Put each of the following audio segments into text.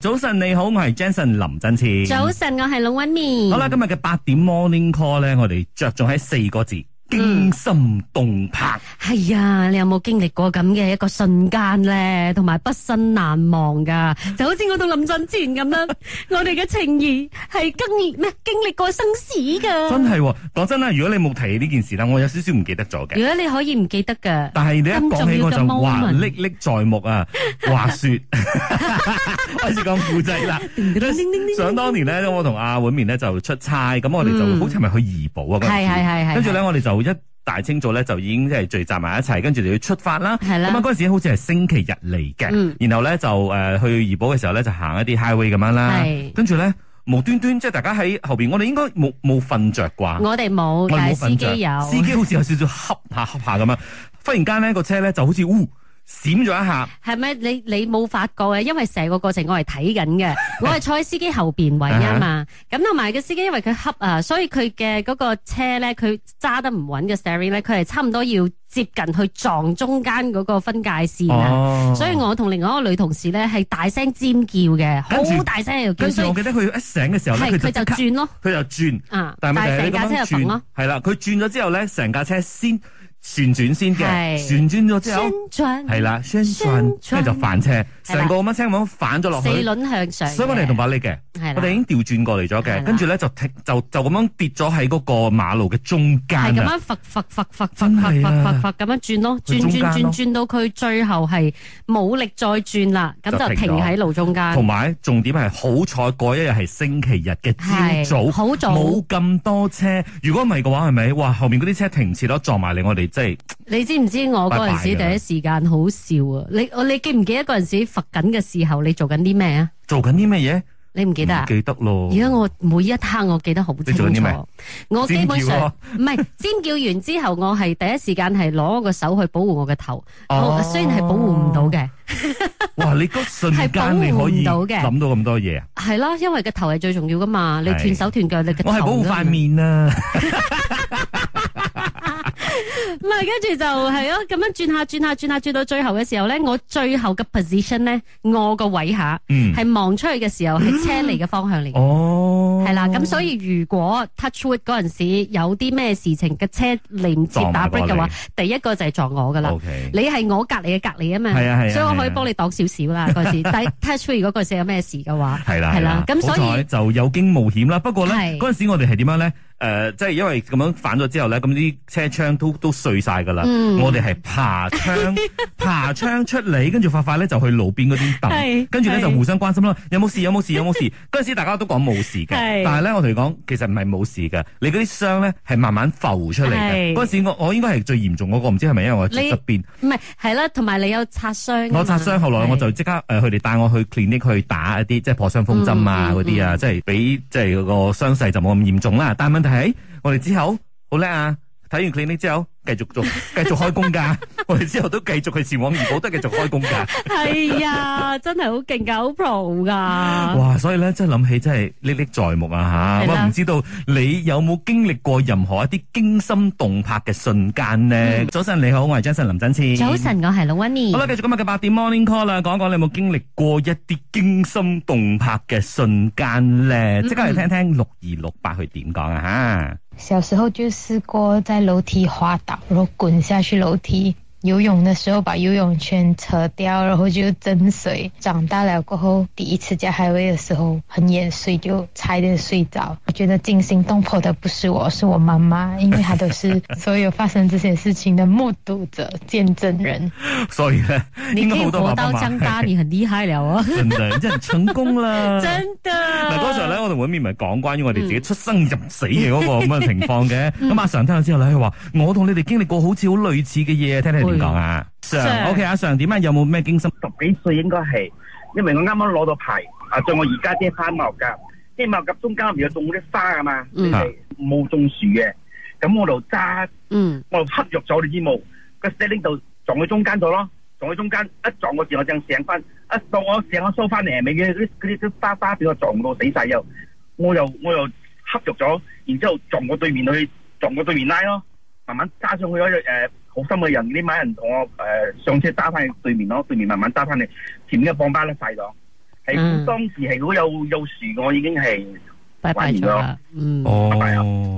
早晨你好，我係 Jason 林振前。早晨，我係老温面。好啦，今日嘅八點 Morning Call 咧，我哋着重喺四個字。嗯驚心動魄，係啊，你有冇經歷過咁嘅一個瞬間咧？同埋畢生難忘噶，就好似我同林俊前咁 啦。我哋嘅情誼係經咩經歷過生死噶。真係喎講真啦，如果你冇提呢件事啦，我有少少唔記得咗嘅。如果你可以唔記得噶，但係你一講起我咁重要就嘅哇 moment 歷歷在目啊！話 說 開始講故仔啦。 想當年咧，我同阿婉面咧就出差，咁我哋就嗯好似係咪去怡保啊？嗰陣時係係係係跟住咧，我哋就一大清早咧就已經即係聚集埋一齊，跟住就要出發啦。係啦咁啊嗰陣時好似係星期日嚟嘅，嗯然後咧就誒、呃去怡保嘅時候咧就行一啲 highway 咁樣啦係。跟住咧無端端即係大家喺後邊，我哋應該冇冇瞓着啩？我哋冇，我哋但冇係司瞓着機有。司機好似有少少恰下恰下咁樣。忽然間咧個車咧就好似烏閃咗一下，係咪你你冇發覺嘅？因為成個過程我係睇緊 嘅，我係坐喺司機後邊位啊 Uh-huh。嘛。咁同埋個司機因為佢恰啊，所以佢嘅嗰個車咧，佢揸得唔穩嘅 steering 咧，佢係差唔多要接近去撞中間嗰個分界線啊。哦所以我同另外一個女同事咧係大聲尖叫嘅，跟住好大聲喺度叫，跟住所以我記得佢一醒嘅時候咧，係佢佢就就即刻轉咯，佢就轉。啊！但係但係問題成架係你咁車就樣揈轉咯，，係啦，佢轉咗之後咧，成架車先旋轉先嘅，係旋轉咗之後旋轉係啦，旋轉旋跟轉住就反車，係啦成個咁樣車咁樣反咗落四去。輪向上嘅，所以我哋同白你嘅，係我哋已經啦，調轉過嚟咗係嘅，啦跟住咧就停就就咁樣跌咗喺嗰個馬路嘅中間係咁啊！樣揈揈揈揈真揈係揈啊揈揈咁樣轉咯，去轉中轉間轉咯轉到佢最後係冇力再轉啦，咁就就停咗停喺路中間，同埋重點係好彩嗰一日係星期日嘅朝係早。好早，冇咁多車，如果唔係嘅話，係咪？哇，後面嗰啲車停唔切咯，撞埋嚟，我哋即係你知唔知我拜嗰陣時拜㗎第一時間好笑啊？你我你記唔記得嗰陣時罰緊嘅時候你做緊啲咩啊？做緊啲咩你唔記得嘢？唔啊？記得咯。而家我每一刻我記得好你清做緊啲楚咩，我基本尖叫上咯唔係尖叫完之後，我係第一時間係攞個手去保護我嘅頭，哦我雖然係保護唔到嘅，哇！你嗰瞬間你可以係保護唔到嘅諗到咁多嘢啊！係咯，因為個頭係最重要噶嘛，你係斷手斷腳，你嘅頭我係保護㗎嘛塊面啊！唔係，跟住就係咯，咁樣轉下轉下轉下轉到最後嘅時候咧，我最後嘅 position 咧，我個位下嗯，係望出去嘅時候係車嚟嘅方向嚟嘅，哦，係啦、咁所以如果 touch wood 嗰陣時有啲咩事情嘅車嚟唔切撞埋打過 break 嘅話你，第一個就係撞我噶啦。 OK，你係我隔離嘅隔離啊嘛，係啊係啊所以我係可以啊幫你擋少少啦嗰陣時。但係 touch wood 如果嗰陣時有咩事嘅話，係啦係啦咁所以好彩就有驚無險啦。不過咧，係嗰陣時我哋係點樣咧？誒，即係因為咁樣反咗之後咧，咁啲車窗都都碎晒㗎啦。嗯我哋係爬 窗爬窗出嚟，跟住快快咧就去路邊嗰啲凳係，跟住咧係就互相關心啦。有冇事？有冇事？有 冇事？嗰陣時大家都講冇事嘅，係但係咧我同你講，其實唔係冇事嘅，你嗰啲傷咧係慢慢浮出嚟嘅。係嗰陣時我我應該係最嚴重嗰個，唔知係咪因為我喺你側邊。唔係係啦，同埋你有擦傷㗎啊嘛。我擦傷，後來我就即刻誒，佢哋帶我去 clinic 去打一啲即係破傷風針啊嗯嗯嗰啲啊，嗯即係俾即係個傷勢就冇咁嚴重啦。但係問題係，我哋之後好叻啊！睇完 clinic 之後，繼續 做，繼續開工㗎。 我哋之後都繼續去前往怡保，都係繼續開工㗎。 係啊，真係好勁㗎，好 pro 㗎。哇！所以咧，真係諗起真係歷歷在目啊係嚇。啦我唔知道你有冇經歷過任何一啲驚心動魄嘅瞬間呢？早晨你好，我係 Jason 林振千。嗯早。晨，我係老温妮好。啦，繼續今日嘅八點 Morning Call 啦，講講你有冇經歷過一啲驚心動魄嘅瞬間咧？嗯即刻嚟聽聽六二六八佢點講啊小时候就试过在楼梯滑倒，然后滚下去楼梯。游泳的时候把游泳圈扯掉，然后就蒸水。长大了过后，第一次加海威的时候很眼睡，就差一点睡着。我觉得惊心动魄的不是我，是我妈妈，因为她都是所有发生这些事情的目睹者、 见证人。吓！所以咧，你應可該以好多活爸到爸媽張媽。大，你很厲害了 哦 真係真係成功 啦！的。嗱嗱嗰時候咧，我同碗面咪講關於嗯我哋自己出生入死嘅嗰個咁嘅情況嘅。咁阿常聽咗之後咧，佢話：我同你哋經歷過好似好類似嘅嘢，聽聽你點講嗯啊？常常，OK 阿常點啊？有冇咩驚心？十幾歲應該係，因為我啱啱攞到牌，啊，在我而家啲花茂甲，啲茂甲中間入面有種嗰啲花啊嘛，嗯係冇種樹嘅，咁我就揸，嗯，我就黑肉咗你知冇，個 steering 就撞喺中間度咯，撞喺中間一撞我時我正醒翻，一到我醒我收翻嚟，咪嘅嗰啲嗰啲花花俾我撞到死晒又，我又我又黑肉咗，然之後撞我對面去撞我對面拉咯，慢慢揸上去啊咯，誒、好心嘅人呢呃班人同我誒、上車揸翻去對面咯，對面慢慢揸翻嚟。前面嘅磅巴甩晒咗，係嗯當時係好有有樹，我已經係，拜拜咗啦，嗯，哦，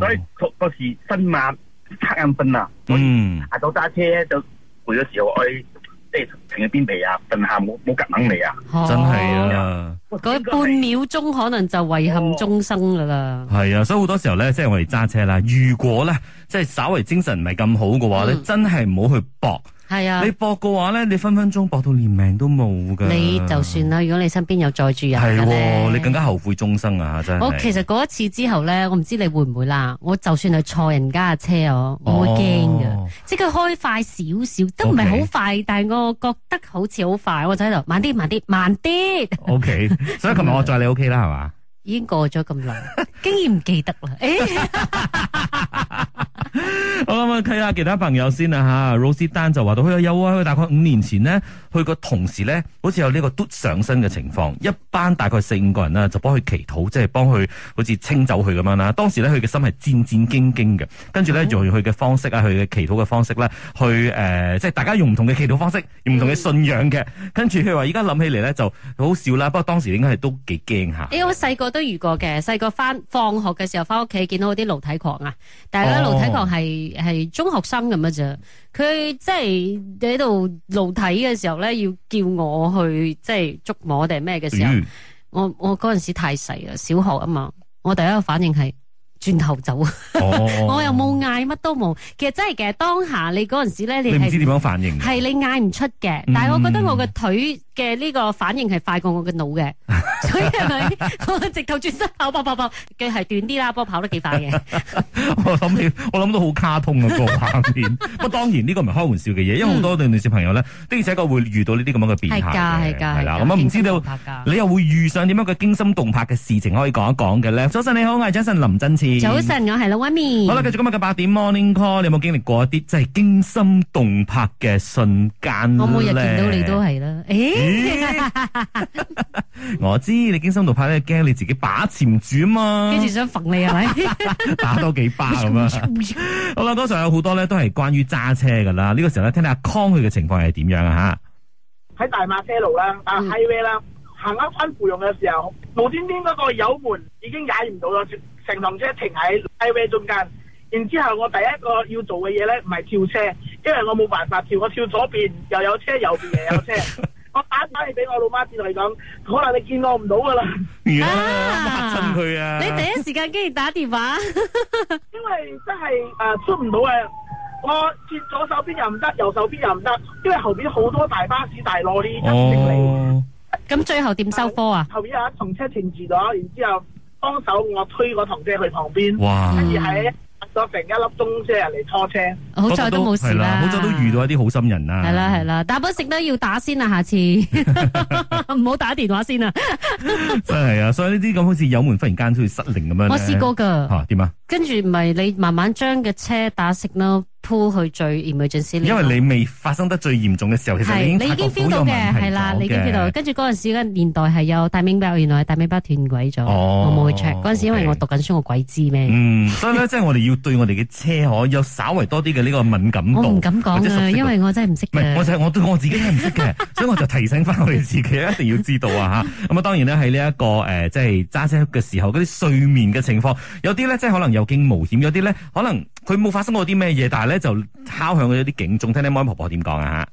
所以嗰嗰時新馬黑眼瞓啊，所以嗯，下晝揸車就攰嘅時哎候，我去即係停喺邊地啊，瞓下冇冇夾硬嚟啊，真係哦，啊。嗰半秒鐘可能就遺憾終生噶啦。系啊，所以好多時候咧，即係我哋揸車啦。如果咧，即係稍為精神唔係咁好嘅話咧，嗯真係唔好去搏。係啊你，搏嘅話咧，你分分鐘搏到連命都冇噶。你就算啦。如果你身邊有載住人啊係嘅喎，咧，你更加後悔終生啊！真係。我其實嗰一次之後咧，我唔知你會唔會啦。我就算係坐人家嘅車，我我會驚嘅，哦即係佢開快少少，都唔係 OK 好快，但係我覺得好似好快，我就喺度慢啲，慢啲，慢啲， O K，所以琴日我載你 O K 啦，係嘛？已經過咗咁 耐，經已唔記得啦。誒，好啦，咁啊睇下其他朋友先啦吓。Rose 丹就話到，佢話有啊，佢大概五年前呢，佢個同事咧，好似有呢個嘟上身嘅情況，一班大概四五個人啦，就幫佢祈禱，即係幫佢好似清走佢咁樣啦。當時咧，佢嘅心係戰戰兢兢嘅，跟住咧哦用佢嘅方式啊，佢嘅祈禱嘅方式咧，去誒、呃即係大家用唔同嘅祈禱方式，用唔同嘅信仰嘅。跟住佢話，而家諗起嚟咧就好笑啦，不過當時應該係都幾驚下。因為我細個都遇過嘅，細個翻放學嘅時候翻屋企見到啲露體狂啊，但係咧哦露體狂係係中學生咁嘅啫，佢即係喺度露體嘅時候咧，要叫我去即係捉摸定係咩嘅時候。嗯我我嗰阵时太細啦，小學啊嘛，我第一個反應係轉頭走，哦 我又冇嗌，乜都冇。其實真係嘅，當下你嗰阵时咧，你你唔知係點樣反應嘅。係你嗌唔出嘅嗯，但係我覺得我嘅腿嘅呢個反應係快過我嘅腦嘅，所以係咪我直頭轉身跑跑跑跑，腳係短啲啦，不過跑得幾快嘅。 我諗起，我諗到好卡通啊嗰個畫 面。不過當然呢個唔係開玩笑嘅嘢，因為好多女小朋友咧，的而且確會遇到呢啲咁樣嘅變態係嘅。㗎係㗎係啦。係㗎咁啊，唔知驚心道動魄㗎你又會遇上點樣嘅驚心動魄嘅事情可以講一講嘅咧？早晨你好，我係 Jason 林真次。早。晨，我係老威面。好啦，繼續今日嘅八點 Morning Call，你有冇經歷過一啲真係驚心動魄嘅瞬間呢我每日見到你都。係啦，诶，我知你驚心動魄咧，驚你自己把持唔住啊嘛跟，住想揈你係咪？ 打多幾巴咁啊！好啦，剛才有好多咧都係關於揸車噶啦，呢、個時候咧聽下康佢嘅情況係點樣啊喺大馬車路啦，啊嗯 highway 啦，行啱翻芙蓉嘅時候，無端端嗰個油門已經踩唔到啦，成趟車停喺 highway 中間。然之後我第一個要做嘅嘢咧，唔係跳車，因為我冇辦法跳，我跳左邊又有車，右邊又有車。我打翻去俾我老媽知道佢講，可能你見我唔到噶啦，吓？呀啊嚇親佢啊！你第一時間竟然打電話。因為真係誒出唔到嘅。我切左手邊又唔得，右手邊又唔得，因為後邊好多大巴士大攞啲急停嚟。哦，咁最後點收科啊？後邊有一同車停住咗，然之後幫手我推嗰堂車去旁邊，哇！跟住喺咗成一粒鐘車嚟拖車。好在都冇事啦，係好在都遇到一啲好心人啊啦。係啦係啦，打波食都要打先啊啦，下次唔好打電話先啊啦。真係啊！所以呢啲咁好似有門忽然間好似失靈咁樣呢。我試過噶，吓點啊？跟住咪你慢慢將嘅車打食咯，鋪去最 emergency 因 lane 咯為你未發生得最嚴重嘅時候，其實係你你已經經 feel 到嘅，係啦，你已經 feel 到。跟住嗰陣時嘅年代係有大明包，原來係大明包斷軌咗，哦我冇去 check。嗰陣時因為 OK 我讀緊書，我鬼知咩？嗯，所以咧，即係我哋要對我哋嘅車可有稍為多啲嘅呢個敏感度，我唔敢或者講熟啊，悉度因為我真係唔識唔係，我嘅。就係我對我自己係唔識 嘅，所以我就提醒翻我哋自己，一定要知道啊吓。咁啊，當然咧喺呢一個誒、呃即係揸車嘅時候嗰啲睡眠嘅情況，有啲咧即係可能有驚無險，有啲咧可能佢冇發生過啲咩嘢，但係咧就敲響咗啲警鐘。聽聽 m 婆婆點講啊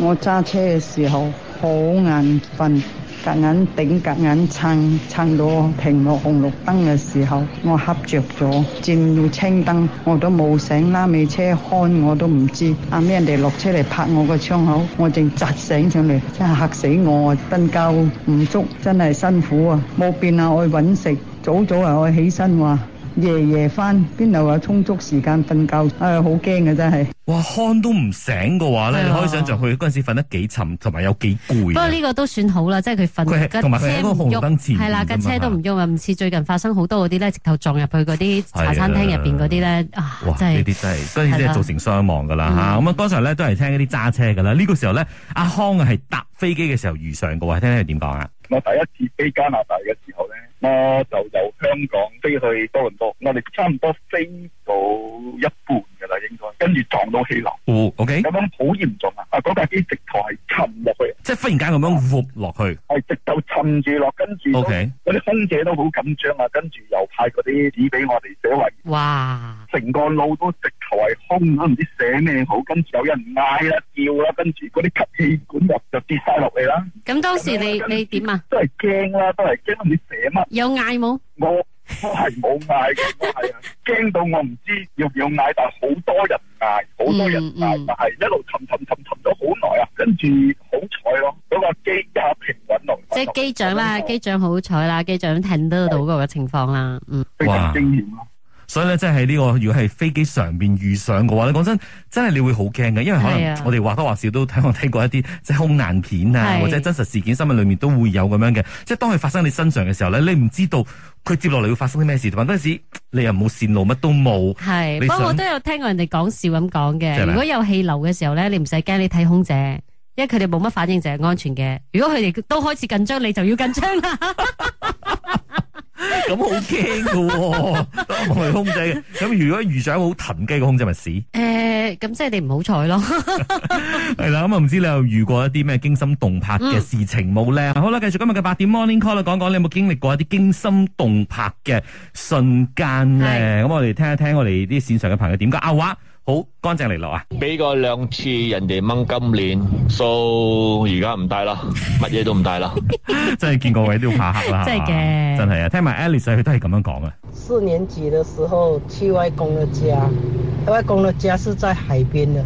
我揸車嘅時候好眼瞓，夾硬頂夾硬撐，撐到停落紅綠燈嘅時候，我瞌着咗，轉到青燈我都冇醒，拉尾車看我都唔知，啱啱人哋落車嚟拍我個窗口，我正扎醒上嚟，真係嚇死我啊！瞓覺唔足，真係辛苦啊！冇變啊，我去揾食，早早啊，我起身話。夜夜翻，邊度有充足時間瞓覺？唉、好驚嘅真係。吓！哇，看都唔醒嘅話咧，係啊你可以想象佢嗰陣時瞓得幾啊沉，同埋有幾不攰過啊。呢個都算好啦，即係佢佢係瞓架同埋佢喺車嗰個唔紅燈前喐，係啦，面㗎架嘛車都唔喐啊，唔似最近發生好多嗰啲咧，直頭撞入去嗰啲茶餐廳入邊嗰啲咧，啊哇！，真呢係啲真係，所以係真係啦嗯造成傷亡噶啦吓。咁啊，剛才咧都係聽一啲揸車噶啦。呢個時候咧，阿康啊係搭飛機嘅時候遇上嘅喎，聽聽佢點講啊？我第一次飛加拿大嘅時候咧，我就由香港飛去多倫多，我哋差唔多飛到一半噶啦，應應該，跟住撞到氣流，哦，OK，咁樣好嚴重啊！啊，嗰架機直頭係沉落去，即係忽然間咁樣活落去係直頭沉住落，跟嗯住都，OK，嗰啲空姐都好緊張啊，跟住又派嗰啲紙俾我哋寫為，哇！成個路都直頭係空，都唔知寫咩好，跟住有人嗌啦、叫啦，跟住嗰啲吸氣管入就跌晒落嚟啦，咁當時你你 點啊？都係驚啦，都係驚都唔知寫乜，有嗌冇？我我係冇 嗌嘅，我係啊驚到我唔知要唔要嗌，但係好多人嗌，好多人嗯嗯嗌，但係一路沉沉沉沉咗好耐啊，跟住好彩咯，嗰個機一下平穩落嚟，即係機長啦，咁就機長好彩啦，機長聽得到嗰個情況啦。嗯，非哇常驚險啊咯。所以咧，即係呢個如果係飛機上面遇上嘅話咧，講真，真係你會好驚嘅，因為可係能啊我哋或多或少都睇我聽過一啲即係空難片啊，係或者真實事件新聞裏面都會有咁樣嘅，即係當佢發生你身上嘅時候咧，你唔知道佢接落嚟會發生啲咩事，同埋嗰陣時你又冇線路，乜都 冇，你係。不過我想都有聽過人哋講笑咁講即係嘅，咩如果有氣流嘅時候咧，你唔使驚，你睇空姐。因為佢哋冇乜反應就係安全嘅，如果佢哋都開始緊張，你就要 緊張啦。咁好驚嘅 喎，當我係空姐嘅。咁如果遇上好騰雞嘅空姐咪屎，誒、咁即係你唔 好彩咯。係啦。咁啊，唔知你有遇過一啲咩驚心動魄嗯嘅事情冇咧？好啦，繼續今日嘅八點 Morning Call 啦，講講你有冇經歷過一啲驚心動魄嘅瞬間咧？咁我哋聽一聽我哋啲線上嘅朋友點講啊！哇，好乾淨利落啊！俾過兩次人哋掹金鏈，so 而家唔戴 啦，乜嘢都唔戴啦。真係見過位都要怕黑啦，真係嘅係嘛真係啊！聽埋 Alice 佢都係咁樣講啊。四年级的时候去外公的家，外公的家是在海边的，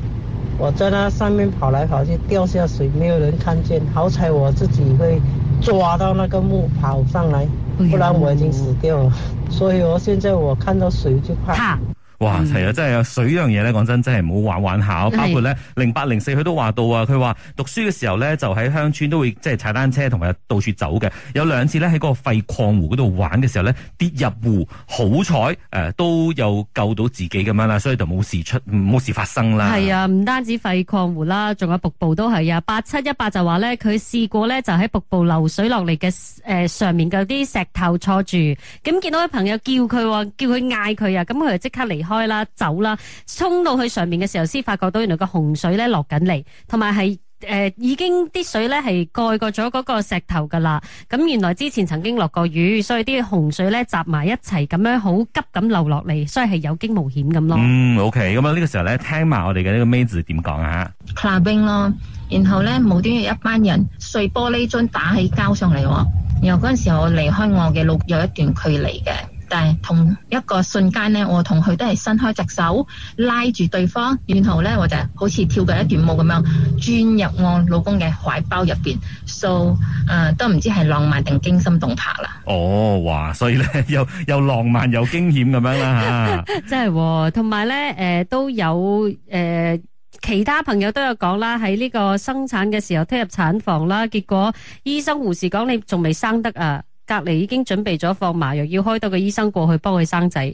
我在那上面跑来跑去，掉下水，没有人看见，好彩我自己会抓到那个木跑上来，不然我已经死掉了。所以我现在我看到水就怕。怕哇，係嗯啊，真係啊，水呢樣嘢咧，講真真係唔好玩玩下。包括咧，零八零四佢都話到啊，佢話讀書嘅時候咧，就喺鄉村都會即係踩單車同埋到處走嘅。有兩次咧喺嗰個廢礦湖嗰度玩嘅時候咧，跌入湖，好彩誒、呃都有救到自己咁樣啦，所以就冇事出冇事發生啦。係啊，唔單止廢礦湖啦，仲有瀑布都係啊。八七一八就話咧，佢試過咧就喺瀑布流水落嚟嘅誒上面嗰啲石頭坐住，咁見到啲朋友叫佢喎，叫佢嗌佢啊，咁佢就即刻離開啦，走啦，衝到去上面嘅時候先發覺到原來個洪水咧落緊嚟，同埋係。誒、已經啲水咧係蓋過咗嗰個石頭㗎啦，咁原來之前曾經落過雨，所以啲洪水咧集埋一齊咁樣好急咁流落嚟，所以係有驚無險咁咯。嗯，OK，咁啊呢個時候咧，聽埋我哋嘅呢個妹子點講啊？ clubbing 咯，然後咧無端端有一班人碎玻璃樽打起交上嚟喎，然後嗰陣時候我離開我嘅路有一段距離嘅，但係同一個瞬間咧，我同佢都係伸開隻手拉住對方，然後咧我就好似跳緊一段舞咁樣轉入我老公嘅懷抱入邊，so 誒、呃都唔知係浪漫定驚心動魄啦。哦，哇，所以咧又又浪漫又驚險咁樣啦嚇。真係喎，同埋咧，诶、都有诶、呃其他朋友都有講啦，喺呢個生產嘅時候推入產房啦，結果醫生護士講你仲未生得啊，隔離已經準備咗放麻藥，要開多個醫生過去幫佢生仔。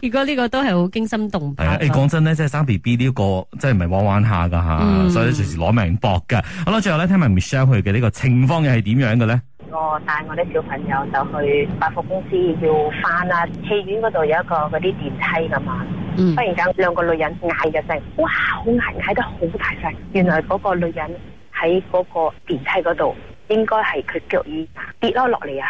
如果呢個都係好驚心動魄係啊，誒啊。講真咧，即係生 B B 呢個真係唔係玩玩下噶吓，嗯所以隨時攞命搏噶。好啦，最後咧聽埋 Michelle 佢嘅呢個情況又係點樣嘅咧？我帶我啲小朋友就去百貨公司要翻啦，戲院嗰度有一個嗰啲電梯噶嘛，嗯忽然間兩個女人嗌嘅聲，哇，好嗌，嗌得好大聲，原來嗰個女人喺嗰個電梯嗰度，應該係佢腳已跌咗落嚟啊！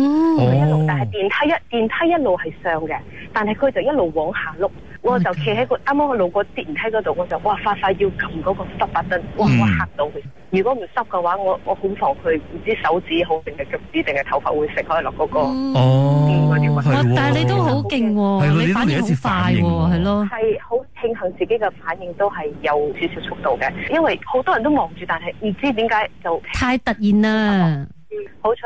嗯，佢一路，但哦係電梯一電梯一路係上嘅，但係佢就一路往下碌。我就企喺個啱啱我路過電梯嗰度，我就哇快快要撳嗰個濕把燈，哇嗯我嚇到佢。如果唔濕嘅話，我我恐防佢唔知手指好定係腳趾定係頭髮會食開落嗰個。哦，哦，嗯係哇喎但係你都好係勁喎，咯你你都反嚟應一好次快反應喎，喎係咯，係好慶幸自己嘅反應都係有少少速度嘅，因為好多人都望住，但係唔知點解就太突然啊啦。好彩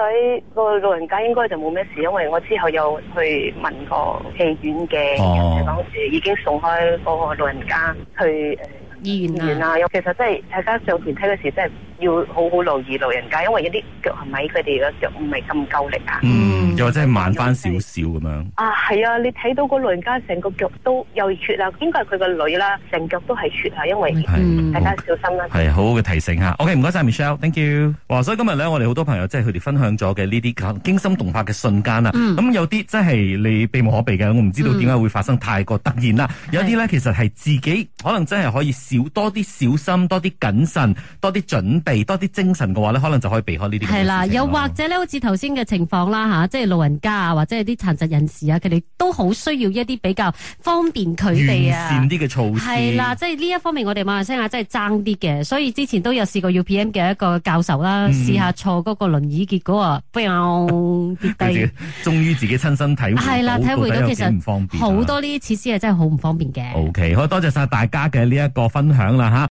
個老人家應該就冇咩事，因為我之後又去問過戲院嘅人，哦就講已經送開嗰個老人家去誒醫醫院院啊，嗯啦。其實真係大家上電梯嗰時真係要好好留意老人家，因為一啲腳係咪佢哋嘅腳唔係咁夠力啊？嗯，又或者係慢翻少少咁樣。啊，係啊！你睇到個老人家成個腳都有血啊，應該係佢個女啦，成腳都係血啊，因嗯為嗯大家小心啦。系好好嘅提醒吓，OK，唔該晒 Michelle，thank you。哇，所以今日咧，我哋好多朋友即係佢哋分享咗嘅呢啲驚心動魄嘅瞬間啦。咁、嗯有啲真係你避無可避嘅，我唔知道點解會發生太過突然啦。有啲咧其實係自己可能真係可以少多啲小心，多啲謹慎，多啲準備，多啲精神嘅話咧，可能就可以避開呢啲咁嘅事情咯。係啦，又或者咧，好似頭先嘅情況啦吓，即係老人家啊，或者係啲殘疾人士啊，佢哋都好需要一啲比較方便佢哋完啊善。啲嘅措施。係啦，即係呢一方面，我哋馬來西亞真係爭啲嘅，所以之前都有試過 UPM 嘅一個教授啦，嗯試下坐嗰個輪椅，結果啊，砰跌 佢自己啊低。終於自己親身體會到，係啦，體會到到其底有幾唔方實便啊好多呢啲設施係真係好唔方便嘅。 OK，好多謝晒大家嘅呢一個分享啦吓。